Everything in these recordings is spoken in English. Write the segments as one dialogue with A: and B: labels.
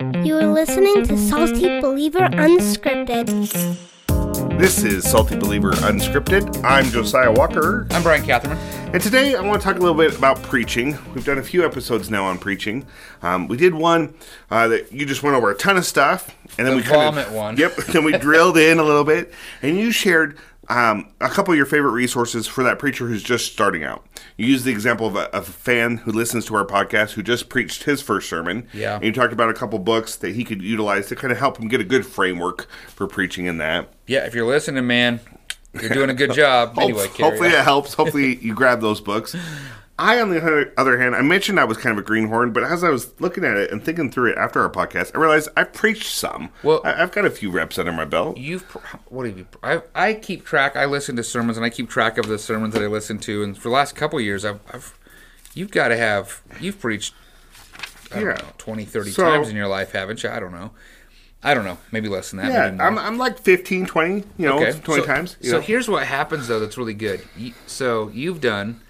A: You are listening to Salty Believer Unscripted.
B: This is Salty Believer Unscripted. I'm Josiah Walker.
C: I'm Brian Catherman.
B: And today I want to talk a little bit about preaching. We've done a few episodes now on preaching. Um, we did one uh, that you just went over a ton of stuff. And then we
C: The
B: kind
C: vomit
B: of,
C: one.
B: Yep. Then we drilled in a little bit. And you shared um, a couple of your favorite resources for that preacher who's just starting out. You used the example of a, of a fan who listens to our podcast who just preached his first sermon.
C: Yeah.
B: And you talked about a couple books that he could utilize to kind of help him get a good framework for preaching in that.
C: Yeah, if you're listening, man, you're doing a good job.
B: Hope-
C: anyway, carry
B: hopefully
C: on.
B: it helps. Hopefully you grab those books. I, on the other- other hand, I mentioned I was kind of a greenhorn, but as I was looking at it and thinking through it after our podcast, I realized I preached some.
C: Well-
B: I, I've got a few reps under my belt.
C: You've pr- what have you? pr- I, I keep track. I listen to sermons and I keep track of the sermons that I listen to. And for the last couple of years, I've, I've you've got to have you've preached I don't
B: Yeah.
C: know, 20, 30
B: So-
C: times in your life, haven't you? I don't know. I don't know. Maybe less than that.
B: Yeah,
C: maybe more.
B: I'm, I'm like 15, 20, you know, 20
C: so,
B: Oh, times. You
C: so
B: know.
C: here's what happens though. That's really good. You, so you've done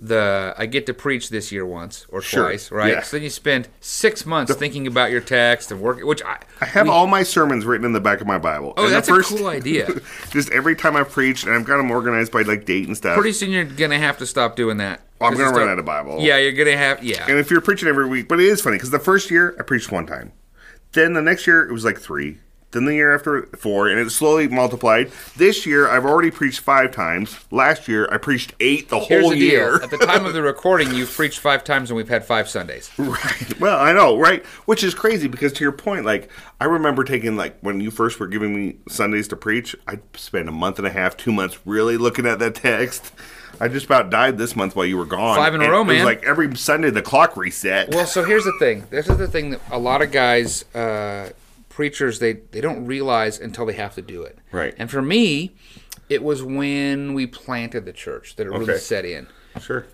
C: the I get to preach this year once or
B: Sure,
C: twice, right?
B: yeah.
C: So then you spend six months thinking about your text and work, which I,
B: I have all my sermons written in the back of my Bible.
C: oh,
B: And the
C: that's
B: first-
C: a cool idea.
B: Just every time I preached, and I've got them organized by like date and stuff.
C: Pretty soon you're gonna have to stop doing that.
B: Oh, I'm
C: This
B: gonna
C: is
B: run
C: the-
B: out of Bible.
C: Yeah, you're gonna have yeah.
B: And if you're preaching every week, but it is funny because the first year I preached one time, then the next year it was like three, then the year after four, and it slowly multiplied. This year I've already preached five times. Last year I preached eight the
C: Here's
B: whole
C: the deal.
B: year.
C: At the time of the recording, you've preached five times and we've had five Sundays.
B: Right. Well, I know, right? Which is crazy because to your point, like I remember taking like when you first were giving me Sundays to preach, I spent a month and a half, two months really looking at that text. I just about died this month while you were gone.
C: Five in a
B: And
C: row,
B: It
C: man.
B: was like every Sunday the clock reset.
C: Well, so here's the thing. This is the thing that a lot of guys, uh, preachers, they they don't realize until they have to do it.
B: Right.
C: And for me, it was when we planted the church that it really
B: Okay.
C: set in.
B: sure.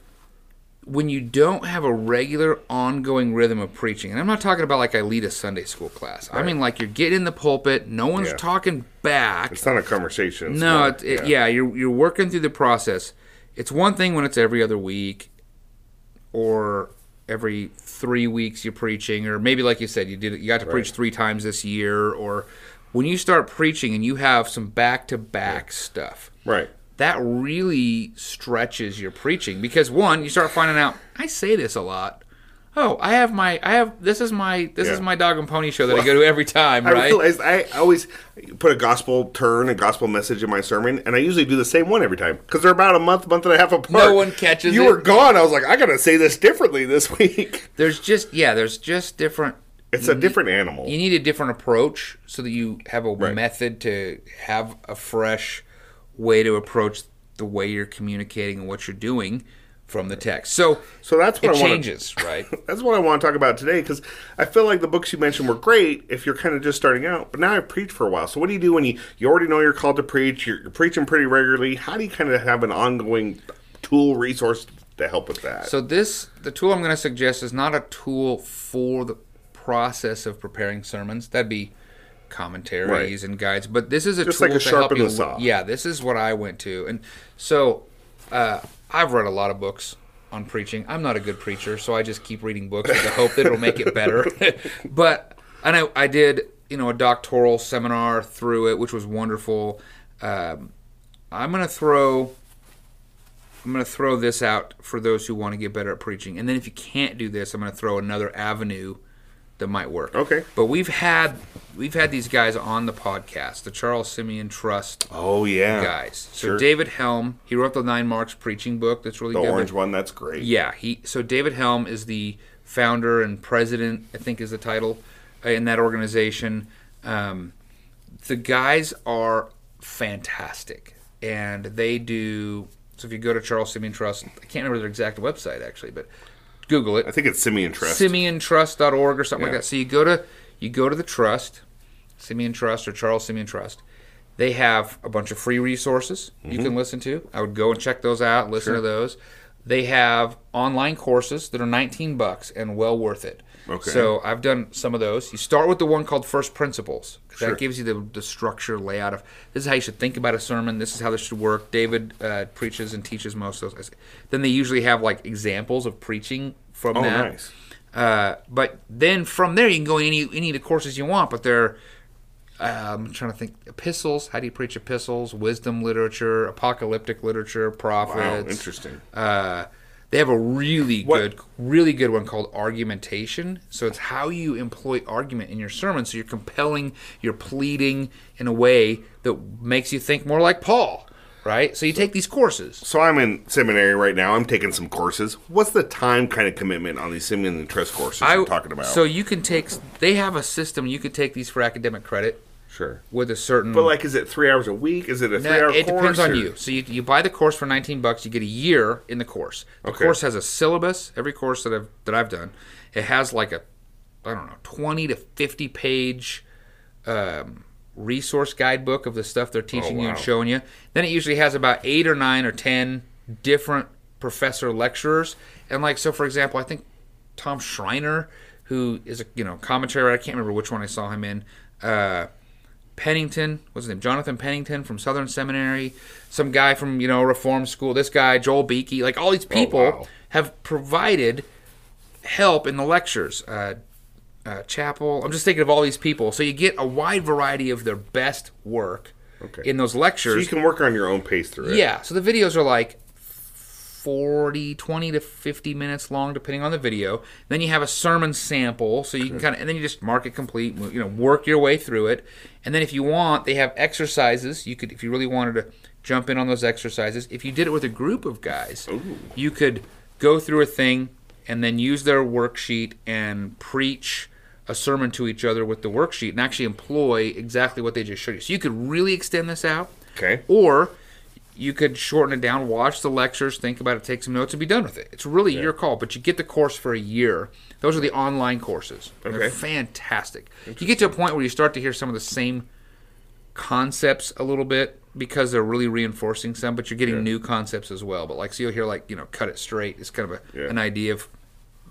C: When you don't have a regular, ongoing rhythm of preaching, and I'm not talking about like I lead a Sunday school class. I mean like you're getting in the pulpit, no one's
B: Yeah.
C: talking back.
B: It's not a conversation. it's
C: No,
B: more-
C: it, it, yeah. you're you're working through the process. It's one thing when it's every other week, or every three weeks you're preaching, or maybe like you said, you did you got to preach three times this year, or when you start preaching and you have some back to back stuff.
B: Right.
C: That really stretches your preaching because one, you start finding out I say this a lot. Oh, I have my I have this is my this is
B: Yeah.
C: my dog and pony show that I go to every time,
B: I
C: right?
B: realized I always put a gospel turn and gospel message in my sermon, and I usually do the same one every time because they're about a month, month and a half apart.
C: one catches
B: You
C: it.
B: were gone. I was like, I gotta say this differently this week.
C: There's just yeah, there's just different
B: It's a different animal.
C: you need a different approach so that you have a method to have a fresh way to approach the way you're communicating and what you're doing from the text. So,
B: So that's
C: it
B: what I want.
C: changes, right?
B: That's what I want to talk about today because I feel like the books you mentioned were great if you're kind of just starting out. But now I've preached for a while. So what do you do when you you already know you're called to preach? You're, you're preaching pretty regularly. How do you kind of have an ongoing tool resource to help with that?
C: So this the tool I'm going to suggest is not a tool for the process of preparing sermons. That'd be commentaries and guides, but this is a
B: Just
C: tool
B: like a
C: to help
B: sharpen
C: you.
B: the saw.
C: Yeah, this is what I went to, and so uh, I've read a lot of books on preaching. I'm not a good preacher, so I just keep reading books with the hope that it'll make it better. but and I, I did you know a doctoral seminar through it, which was wonderful. Um, I'm going to throw I'm going to throw this out for those who want to get better at preaching. And then if you can't do this, I'm going to throw another avenue that might work.
B: Okay.
C: But we've had we've had these guys on the podcast, the Charles Simeon Trust
B: oh yeah,
C: guys. So
B: sure.
C: David Helm, he wrote the Nine Marks Preaching book. That's really
B: the
C: good.
B: orange one. That's great.
C: Yeah, he. So David Helm is the founder and president, I think is the title, uh, in that organization. Um, the guys are fantastic, and they do. So if you go to Charles Simeon Trust, I can't remember their exact website actually, but Google it.
B: I think it's Simeon Trust.
C: SimeonTrust.org or something
B: Yeah.
C: like that. So you go to you go to the trust, Simeon Trust or Charles Simeon Trust. They have a bunch of free resources you
B: Mm-hmm.
C: can listen to. I would go and check those out, listen to those. They have online courses that are 19 bucks and well worth it.
B: Okay.
C: So I've done some of those. You start with the one called First Principles. That gives you the, the structure, layout of this is how you should think about a sermon. This is how this should work. David uh, preaches and teaches most of those. Then they usually have like examples of preaching from
B: Oh,
C: that.
B: nice.
C: Uh, but then from there, you can go in any any of the courses you want. But they're um, I'm trying to think epistles. How do you preach epistles? Wisdom literature, apocalyptic literature, prophets.
B: Wow, interesting.
C: Uh, they have a really
B: What-
C: good, really good one called argumentation. So it's how you employ argument in your sermon. So you're compelling, you're pleading in a way that makes you think more like Paul, right? So you take these courses.
B: So I'm in seminary right now. I'm taking some courses. What's the time kind of commitment on these Simeon and Tress courses I, am talking about?
C: So you can take. They have a system. You could take these for academic credit
B: sure.
C: with a certain.
B: But like, is it three hours a week? Is it a
C: No,
B: three hour
C: it
B: course?
C: depends on
B: or-
C: you. So you, you buy the course for 19 bucks, you get a year in the course. The
B: Okay.
C: course has a syllabus. Every course that I've that I've done, it has like a I don't know, 20 to 50 page um, resource guidebook of the stuff they're teaching you and
B: Oh, wow.
C: showing you. Then it usually has about 8 or 9 or 10 different professor lecturers. And like so for example, I think Tom Schreiner who is a you know commentary I can't remember which one I saw him in. Uh Pennington, what's his name? Jonathan Pennington from Southern Seminary, some guy from you know Reform School. This guy Joel Beakey, like all these people
B: Oh, wow.
C: have provided help in the lectures. Uh, uh, chapel. I'm just thinking of all these people. So you get a wide variety of their best work
B: Okay.
C: in those
B: So
C: lectures.
B: you can work on your own pace through it.
C: Yeah. So the videos are like 40, 20 to 50 minutes long, depending on the video. Then you have a sermon sample. So you can kind of, and then you just mark it complete, mo- you know, work your way through it. And then if you want, they have exercises. You could, if you really wanted to jump in on those exercises, if you did it with a group of guys, you could go through a thing and then use their worksheet and preach a sermon to each other with the worksheet and actually employ exactly what they just showed you. So you could really extend this out.
B: Okay.
C: Or you could shorten it down, watch the lectures, think about it, take some notes, and be done with it. It's really your call, but you get the course for a year. Those are the online courses. And They're
B: Okay.
C: fantastic. You get to a point where you start to hear some of the same concepts a little bit because they're really reinforcing some, but you're getting new concepts as well. But like, so you'll hear like, you know, cut it straight. It's kind of a,
B: Yeah.
C: an idea of,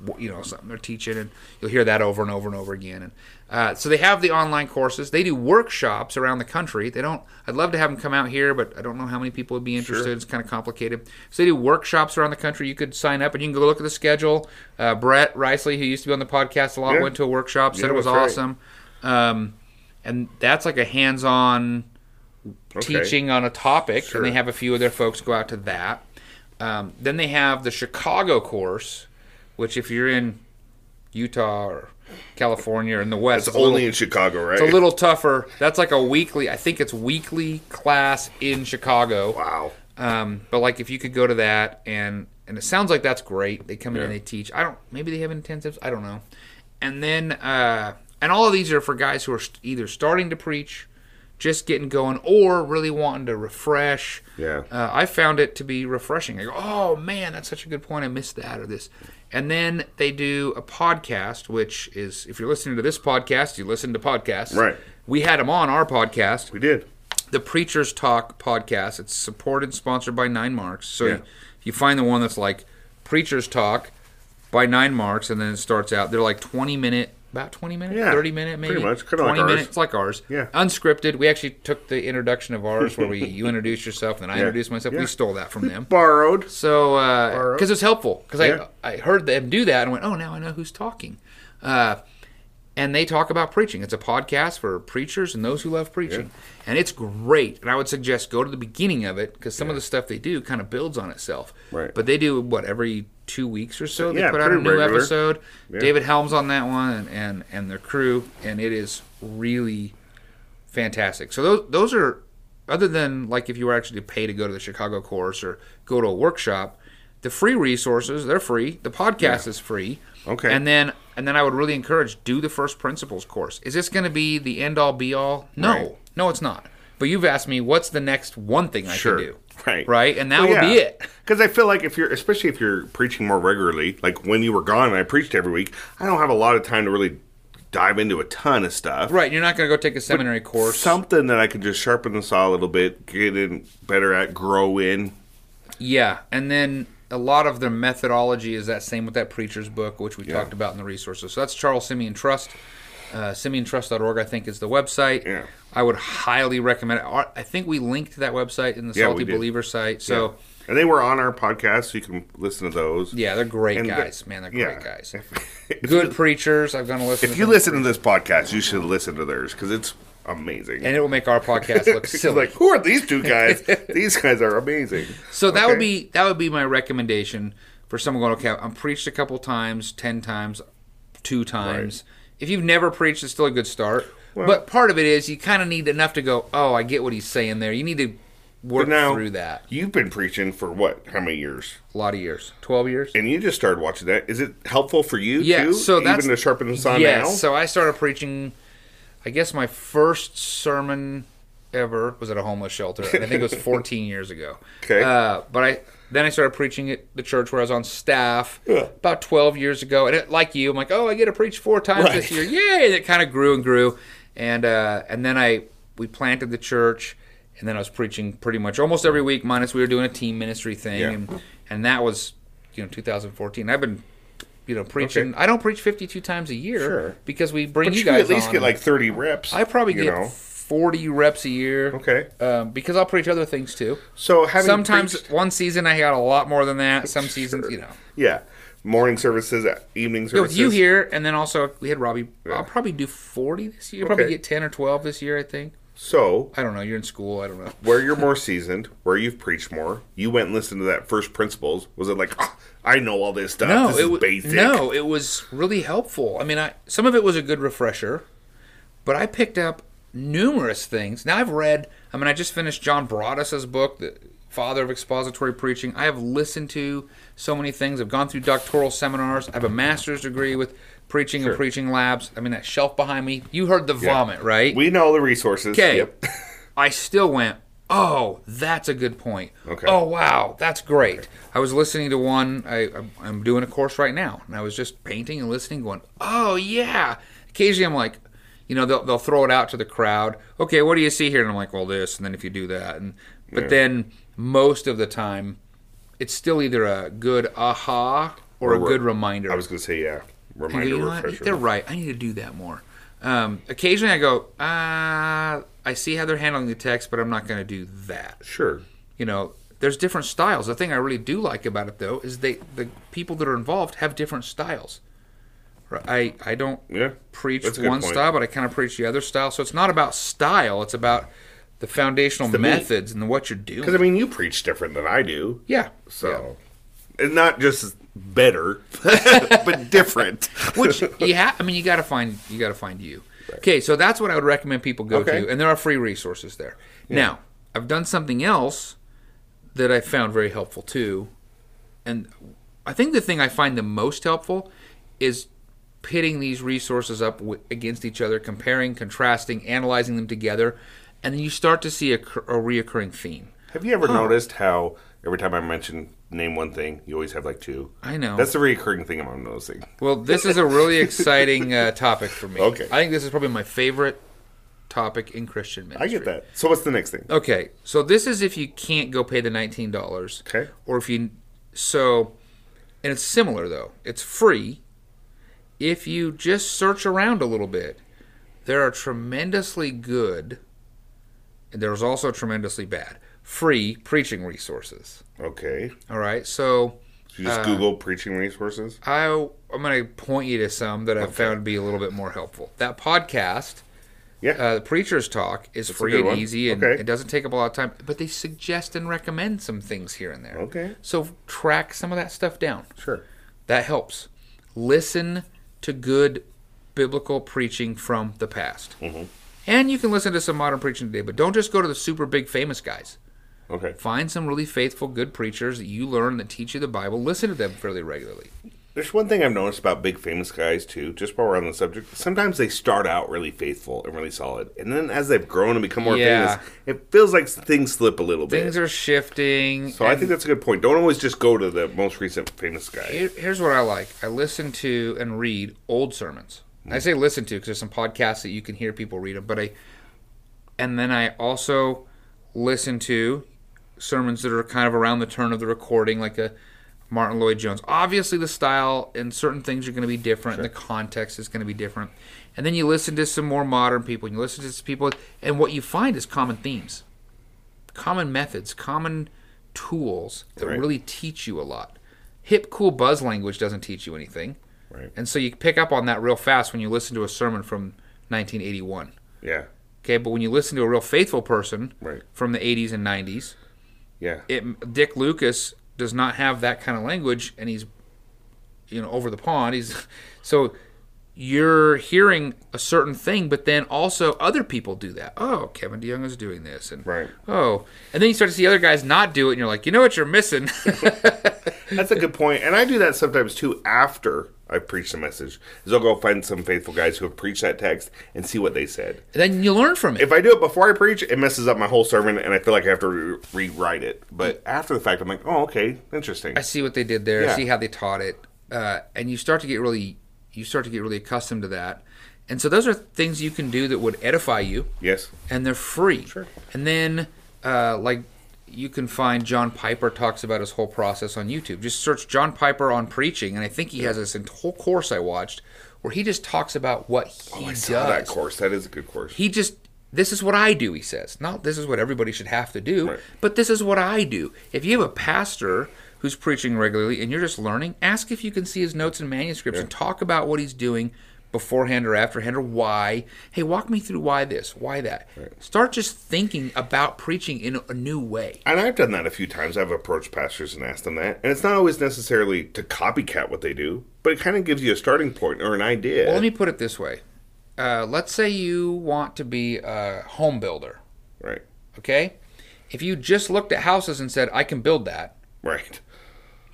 C: wh- you know, something they're teaching, and you'll hear that over and over and over again. And uh, so they have the online courses. They do workshops around the country. They don't. I'd love to have them come out here, but I don't know how many people would be interested. It's kind of complicated. So they do workshops around the country. You could sign up, and you can go look at the schedule. Uh, Brett Risley, who used to be on the podcast a lot,
B: Yeah.
C: went to a workshop. Said
B: Yeah,
C: it was
B: that's right.
C: awesome. Um, and that's like a hands-on teaching on a topic, and they have a few of their folks go out to that. Um, then they have the Chicago course, which if you're in Utah or California or in the West,
B: It's
C: a little-
B: only in Chicago, right?
C: it's a little tougher. That's like a weekly. I think it's weekly class in Chicago.
B: Wow.
C: Um, but like if you could go to that and and it sounds like that's great. They come in and
B: Yeah.
C: they teach. I don't maybe they have intensives. I don't know. And then uh, and all of these are for guys who are st- either starting to preach, just getting going, or really wanting to refresh.
B: Yeah.
C: Uh, I found it to be refreshing. I go, oh man, that's such a good point. I missed that or this. And then they do a podcast, which is if you're listening to this podcast, you listen to podcasts.
B: Right.
C: We had them on our podcast
B: We did.
C: the Preacher's Talk podcast. It's supported and sponsored by Nine Marks. So
B: Yeah.
C: you, you find the one that's like Preacher's Talk by Nine Marks, and then it starts out. They're like 20 minute, about 20 minute,
B: Yeah,
C: 30 minute maybe.
B: pretty much, kinda like ours.
C: minutes like ours.
B: Yeah.
C: Unscripted. We actually took the introduction of ours where we you introduced yourself and I introduced myself.
B: Yeah.
C: We stole that from them.
B: Borrowed.
C: So, uh,
B: Borrow.
C: because it's helpful, because
B: Yeah.
C: I I heard them do that and went, oh, now I know who's talking. Uh, and they talk about preaching. It's a podcast for preachers and those who love preaching, and it's great. And I would suggest go to the beginning of it because some of the stuff they do kind of builds on itself.
B: Right.
C: But they do what every two weeks or so. They
B: Yeah,
C: put out a
B: pretty
C: new
B: regular.
C: episode.
B: Yeah.
C: David Helms on that one, and, and and their crew, and it is really fantastic. So those those are other than like if you were actually to pay to go to the Chicago course or go to a workshop, the free resources they're free. The podcast is free.
B: Okay.
C: And then and then I would really encourage do the first principles course. Is this going to be the end all be all? No,
B: Right.
C: no, it's not. But you've asked me what's the next one thing I
B: Sure.
C: can do.
B: Right.
C: Right. And that would be it.
B: Because I feel like if you're, especially if you're preaching more regularly, like when you were gone and I preached every week, I don't have a lot of time to really dive into a ton of stuff.
C: Right. You're not going to go take a seminary course.
B: Something that I could just sharpen the saw a little bit, get in better at, grow in.
C: Yeah, and then a lot of their methodology is that same with that preacher's book, which we talked about in the resources. So that's Charles Simeon Trust. Uh, SimeonTrust.org, I think, is the website.
B: Yeah.
C: I would highly recommend it. Our- I think we linked to that website in the
B: Yeah, we
C: Salty
B: did.
C: Believer site. So,
B: And they were on our podcast, so you can listen to those.
C: yeah, they're great
B: And the-
C: guys, man. They're
B: yeah.
C: great guys. Good preachers. I've gone to listen
B: If
C: to
B: you
C: them.
B: listen to this podcast, you should listen to theirs because it's amazing.
C: And it will make our podcast look
B: It's
C: silly.
B: like, who are these two guys? these guys are amazing.
C: So that
B: Okay.
C: would be that would be my recommendation for someone going. Okay, I'm preached a couple times, ten times, two times. If you've never preached, it's still a good start. but part of it is you kind of need enough to go. Oh, I get what he's saying there. You need to work
B: now-
C: through that.
B: You've been preaching for what? How many years?
C: A lot of years, twelve years.
B: And you just started watching that. Is it helpful for you
C: Yeah,
B: too?
C: so that's-
B: even to sharpen the saw
C: yes.
B: now.
C: So I started preaching. I guess my first sermon ever was at a homeless shelter. and I think it was 14 years ago.
B: Okay.
C: Uh, but I then I started preaching at the church where I was on staff
B: Yeah.
C: about 12 years ago. And it, like you, I'm like, oh, I get to preach four times this year. Yay! And it kind of grew and grew. And uh, and then I we planted the church. And then I was preaching pretty much almost every week, minus we were doing a team ministry thing,
B: Yeah.
C: and, and that was, you know, 2014. I've been you know, preaching. I don't preach 52 times a year
B: Sure.
C: because we bring
B: but
C: you,
B: you
C: guys
B: at least
C: on.
B: get like thirty reps.
C: I probably
B: you
C: get
B: know?
C: 40 reps a year.
B: Okay.
C: Um, because I'll preach other things too.
B: So having
C: Sometimes
B: preached-
C: one season I got a lot more than that. Some seasons, you know.
B: yeah, morning services, uh, evening
C: But
B: services.
C: With you here, and then also we had Robbie.
B: Yeah.
C: I'll probably do 40 this year. Probably
B: Okay.
C: get 10 or 12 this year, I think.
B: So
C: I don't know. You're in school. I don't know.
B: where you're more seasoned, where you've preached more, you went and listened to that first principles. Was it like, "Ah, I know all this stuff?
C: No,
B: this
C: it
B: is
C: was
B: basic.
C: no, it was really helpful. I mean, I some of it was a good refresher, but I picked up numerous things. Now I've read. I mean, I just finished John Broaddus's book, the Father of Expository Preaching. I have listened to so many things. I've gone through doctoral seminars. I have a master's degree with preaching and preaching labs. I mean, that shelf behind me. You heard the vomit, right?
B: we know the resources.
C: okay.
B: Yep.
C: I still went, oh, that's a good point.
B: Okay.
C: Oh, wow, that's great. I was listening to one, I, I'm- I'm doing a course right now, and I was just painting and listening, going, oh, yeah. Occasionally I'm like, you know, they'll, they'll throw it out to the crowd. Okay, what do you see here? And I'm like, well, this, and then if you do that. and But then most of the time, it's still either a good aha or, a
B: Or-
C: good reminder.
B: I was gonna say yeah.
C: I go,
B: Reminder
C: you know what?
B: refresher.
C: They're right. I need to do that more. Um, occasionally I go, ah, I see how they're handling the text, but I'm not going to do that.
B: Sure.
C: You know, there's different styles. The thing I really do like about it, though, is they the people that are involved have different styles. Right? I, I don't
B: Yeah,
C: preach
B: that's a good
C: one
B: point.
C: style, but I kind of preach the other style. So it's not about style. It's about the foundational
B: the meat.
C: methods and what you're doing.
B: Because I mean, you preach different than I do.
C: yeah.
B: So, and not just better, but different.
C: which you have. I mean, you got to find you got to find you. Okay, so that's what I would recommend people go
B: Okay.
C: to, and there are free resources there. Now, I've done something else that I found very helpful too, and I think the thing I find the most helpful is pitting these resources up w- against each other, comparing, contrasting, analyzing them together, and then you start to see a, cur- a reoccurring theme.
B: Have you ever noticed how every time I mention name one thing, you always have like two?
C: I know.
B: That's the recurring thing I'm noticing.
C: Well, this is a really exciting uh, topic for me.
B: Okay.
C: I think this is probably my favorite topic in Christian
B: I
C: ministry.
B: get that. So what's the next thing?
C: Okay, so this is if you can't go pay the nineteen dollars.
B: Okay.
C: Or if you so, and it's similar though. It's free. If you just search around a little bit, there are tremendously good, and there's also tremendously bad free preaching resources.
B: Okay.
C: All right, so
B: So you
C: Uh,
B: just Google preaching resources.
C: I I'm going to point you to some that I found to be a little bit more helpful. That podcast
B: Yeah.
C: uh, the preacher's talk is free
B: good
C: and
B: one.
C: easy, and
B: Okay.
C: it doesn't take up a lot of time. But they suggest and recommend some things here and there.
B: Okay.
C: So track some of that stuff down.
B: sure.
C: That helps. Listen to good biblical preaching from the past,
B: Mm-hmm.
C: and you can listen to some modern preaching today. But don't just go to the super big famous guys.
B: Okay.
C: Find some really faithful, good preachers that you learn that teach you the Bible. Listen to them fairly regularly.
B: There's one thing I've noticed about big famous guys too. Just while we're on the subject, sometimes they start out really faithful and really solid, and then as they've grown and become more
C: Yeah.
B: famous, it feels like things slip a little bit.
C: Things are shifting.
B: So I think that's a good point. Don't always just go to the most recent famous guy.
C: Here- here's what I like. I listen to and read old sermons. I
B: Mm.
C: say listen to because there's some podcasts that you can hear people read them, but I and then I also listen to sermons that are kind of around the turn of the recording, like a Martin Lloyd Jones. Obviously, the style and certain things are going to be different, and the context is going to be different. And then you listen to some more modern people, and you listen to some people, and what you find is common themes, common methods, common tools that
B: Right.
C: really teach you a lot. Hip, cool buzz language doesn't teach you anything.
B: Right.
C: And so you pick up on that real fast when you listen to a sermon from 1981.
B: Yeah.
C: Okay, but when you listen to a real faithful person
B: Right.
C: from the 80s and 90s,
B: Yeah.
C: it Dick Lucas does not have that kind of language, and he's you know over the pond. He's so you're hearing a certain thing, but then also other people do that. Oh, Kevin DeYoung is doing this, and
B: Right.
C: Oh, and then you start to see other guys not do it, and you're like, you know what, you're missing.
B: That's a good point, and I do that sometimes too. After I preach the message, is I'll go find some faithful guys who have preached that text and see what they said.
C: then you learn from it.
B: If I do it before I preach, it messes up my whole sermon, and I feel like I have to re- rewrite it. But after the fact, I'm like, oh, okay, interesting.
C: I see what they did there. I
B: Yeah.
C: see how they taught it, uh, and you start to get really, you start to get really accustomed to that. And so those are things you can do that would edify you.
B: Yes.
C: and they're free. And then, uh, like, you can find John Piper talks about his whole process on YouTube. Just search John Piper on preaching, and I think he has this ent- whole course I watched where he just talks about what
B: Oh,
C: he
B: I
C: does.
B: saw that course. That is a good course.
C: He just this is what I do. He says, not this is what everybody should have to do,
B: Right.
C: but this is what I do. If you have a pastor who's preaching regularly and you're just learning, ask if you can see his notes and manuscripts and talk about what he's doing beforehand or afterhand or why. Hey, walk me through why this, why that. Start just thinking about preaching in a new way.
B: And I've done that a few times. I've approached pastors and asked them that. And it's not always necessarily to copycat what they do, but it kind of gives you a starting point or an idea.
C: Well, let me put it this way. Uh, let's say you want to be a home builder,
B: right.
C: okay? If you just looked at houses and said, I can build that,
B: Right.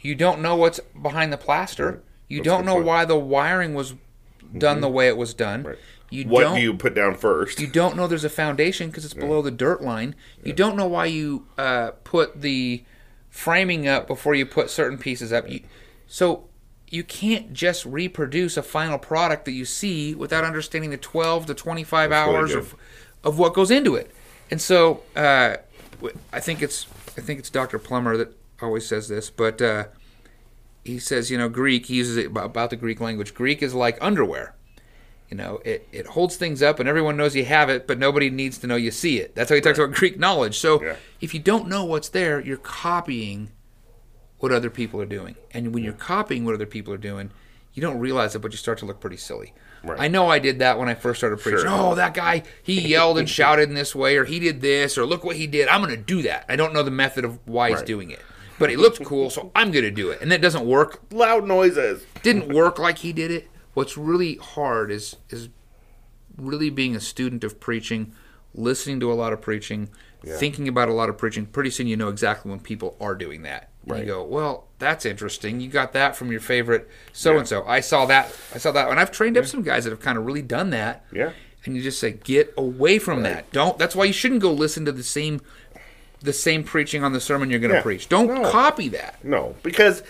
C: You don't know what's behind the plaster. You
B: That's a
C: don't
B: good
C: know
B: point. Mm-hmm.
C: why the wiring was done the way it was done.
B: Right.
C: You
B: What
C: don't.
B: do you put down first?
C: you don't know there's a foundation because it's below the dirt line. You don't know why you uh, put the framing up before you put certain pieces up. You, so you can't just reproduce a final product that you see without understanding the 12 to 25
B: really
C: hours
B: good.
C: of, of what goes into it. And so uh, w- I think it's I think it's Dr. Plummer that always says this, but uh, he says you know Greek. He uses it about- about the Greek language. Greek is like underwear. You know, it, it holds things up and everyone knows you have it, but nobody needs to know you see it. That's how he talks about Greek knowledge. So
B: Yeah.
C: if you don't know what's there, you're copying what other people are doing. And when you're copying what other people are doing, you don't realize it, but you start to look pretty silly.
B: Right.
C: I know I did that when I first started preaching.
B: Sure.
C: Oh, that guy, he yelled and shouted in this way, or he did this, or look what he did. I'm going to do that. I don't know the method of why he's
B: Right.
C: doing it, but it looked cool, so I'm going to do it. And that doesn't work
B: Loud noises.
C: didn't work like he did it. What's really hard is is really being a student of preaching, listening to a lot of preaching, thinking about a lot of preaching. Pretty soon you know exactly when people are doing that. And
B: Right.
C: You go, well, that's interesting. You got that from your favorite so and so. I saw that. I saw that, and I've trained up some guys that have kind of really done that.
B: Yeah.
C: And you just say, get away from that. Don't. That's why you shouldn't go listen to the same, the same preaching on the sermon you're going to
B: Yeah.
C: preach. Don't
B: No.
C: copy that.
B: No, because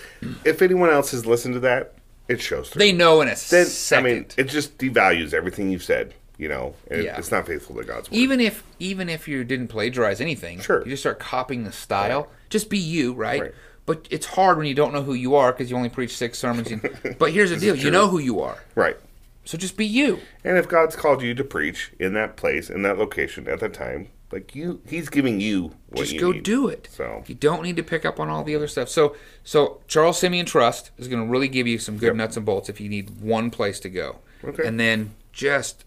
B: if anyone else has listened to that, it shows through.
C: They know in a
B: Then,
C: second.
B: I mean, it just devalues everything you've said. You know, and
C: Yeah.
B: it's not faithful to God's word.
C: even if even if you didn't plagiarize anything,
B: Sure.
C: you just start copying the style. Just be you, right?
B: Right.
C: But it's hard when you don't know who you are because you only preach six sermons. And, but here's the deal: you know who you are,
B: right.
C: so just be you.
B: And if God's called you to preach in that place, in that location, at that time, like you, He's giving you what
C: Just
B: you
C: go
B: need.
C: do it.
B: So
C: You don't need to pick up on all the other stuff. So so Charles Simeon Trust is going to really give you some good nuts and bolts if you need one place to go.
B: Okay.
C: And then just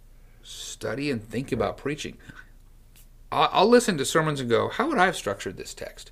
C: study and think about preaching. I- I'll listen to sermons and go, how would I have structured this text?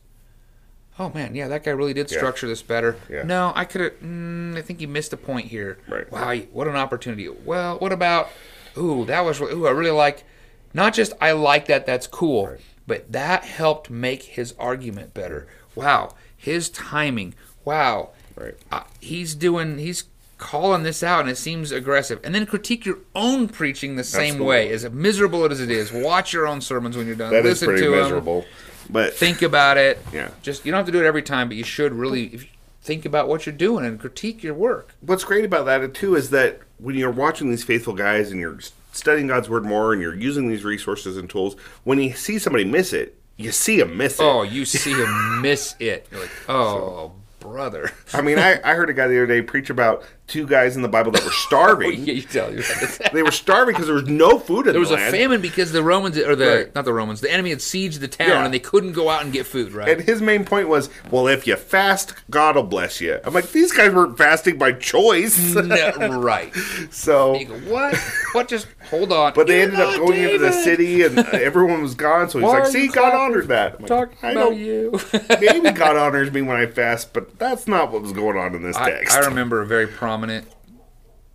C: Oh man, yeah, that guy really did
B: Yeah.
C: structure this better.
B: Yeah.
C: No, I could have. Mm, I think you missed a point here.
B: Right.
C: Wow, you- what an opportunity. Well, what about? Ooh, that was. re- Ooh, I really like. Not just I like that. That's cool. But that helped make his argument better. Wow, his timing. Wow.
B: Right.
C: Uh, he's doing. He's calling this out, and it seems aggressive. And then critique your own preaching the same
B: Absolutely.
C: way. As miserable as it is, watch your own sermons when you're done.
B: that is
C: Listen
B: pretty
C: to 'em
B: miserable. But
C: think about it.
B: Yeah.
C: Just you don't have to do it every time, but you should really if you think about what you're doing and critique your work.
B: what's great about that too is that when you're watching these faithful guys and you're studying God's word more and you're using these resources and tools, when you see somebody miss it, you see them miss it.
C: Oh, you see him miss it. You're like, oh brother.
B: I mean, I, I heard a guy the other day preach about two guys in the Bible that were starving.
C: yeah, you tell you.
B: They were starving because there was no food in
C: There was
B: the
C: a
B: land.
C: famine because the Romans or the
B: Right.
C: not the Romans, the enemy had sieged the town
B: Yeah.
C: and they couldn't go out and get food, right?
B: And his main point was, well, if you fast, God will bless you. I'm like, these guys weren't fasting by choice.
C: No, right.
B: so,
C: You Mm-hmm. go, what? What just hold on.
B: but they
C: You're
B: ended up
C: not
B: going into the
C: David.
B: city and everyone was gone. So he's
C: Why
B: like,
C: are
B: see,
C: you
B: God
C: clapping?
B: honored that. I'm like,
C: Talking
B: I
C: about
B: don't-
C: you.
B: Maybe God honors me when I fast, but that's not what was going on in this
C: I,
B: text.
C: I remember a very prominent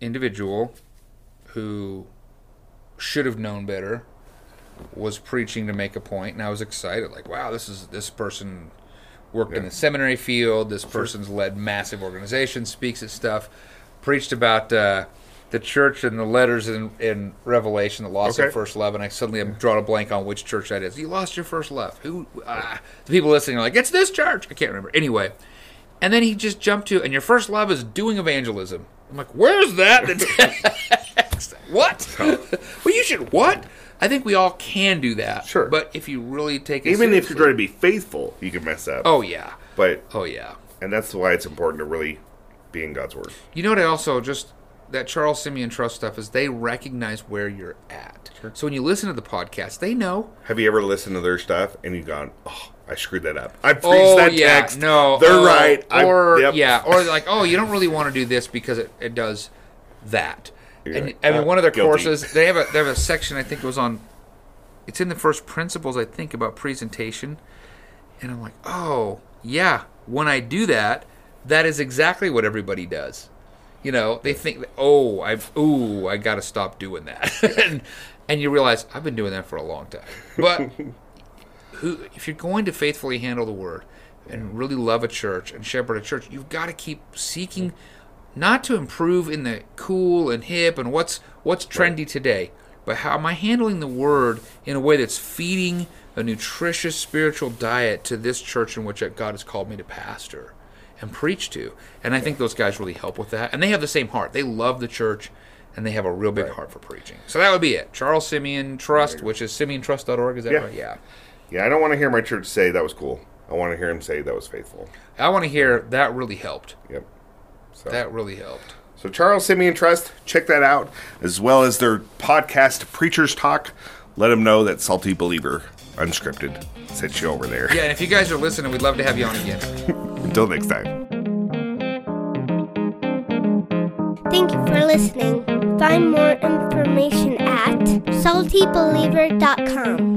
C: individual who should have known better was preaching to make a point, and I was excited, like, wow, this is this person worked in the seminary field. This person's led massive organizations, speaks at stuff, preached about uh, the church and the letters in, in Revelation that lost their
B: Okay.
C: first love. And I suddenly am drawn a blank on which church that is. You lost your first love. Who? ah. the people listening are like, it's this church. I can't remember. Anyway, and then he just jumped to, and your first love is doing evangelism. I'm like, where's that? in the text? what? well, you should what? I think we all can do that.
B: Sure.
C: But if you really take it
B: Even if you're
C: seriously-
B: trying to be faithful, you can mess up.
C: Oh yeah.
B: But
C: Oh yeah.
B: and that's why it's important to really be in God's word.
C: You know what? I also just that Charles Simeon Trust stuff is they recognize where you're at. So when you listen to the podcast, they know.
B: Have you ever listened to their stuff and you've gone, "Oh, I screwed that up. I preached
C: Oh
B: that
C: yeah,
B: text.
C: no,
B: they're
C: oh,
B: right. I-
C: Or
B: yep.
C: yeah, or like oh, you don't really want to do this because it, it does that.
B: You're
C: And
B: right.
C: I mean,
B: Ah,
C: one of their
B: guilty.
C: courses they have a they have a section I think it was on. It's in the first principles I think about presentation, and I'm like, oh yeah, when I do that, that is exactly what everybody does. You know, they think, that, oh, I've, ooh, I got to stop doing that, and, and you realize I've been doing that for a long time. But who, if you're going to faithfully handle the word and really love a church and shepherd a church, you've got to keep seeking not to improve in the cool and hip and what's what's trendy today, but how am I handling the word in a way that's feeding a nutritious spiritual diet to this church in which God has called me to pastor and preach to. And I think those guys really help with that. And they have the same heart. They love the church and they have a real big heart for preaching. So that would be it. Charles Simeon Trust, which is simeontrust.org, is that
B: Yeah.
C: right? Yeah.
B: Yeah, I don't want to hear my church say that was cool. I want to hear him say that was faithful.
C: I want to hear that really helped.
B: Yep. So,
C: That really helped.
B: so Charles Simeon Trust, check that out, as well as their podcast, Preachers Talk. Let them know that Salty Believer Unscripted sent you over there.
C: Yeah, and if you guys are listening, we'd love to have you on again.
B: Until next time.
A: Thank you for listening. Find more information at saltybeliever.com.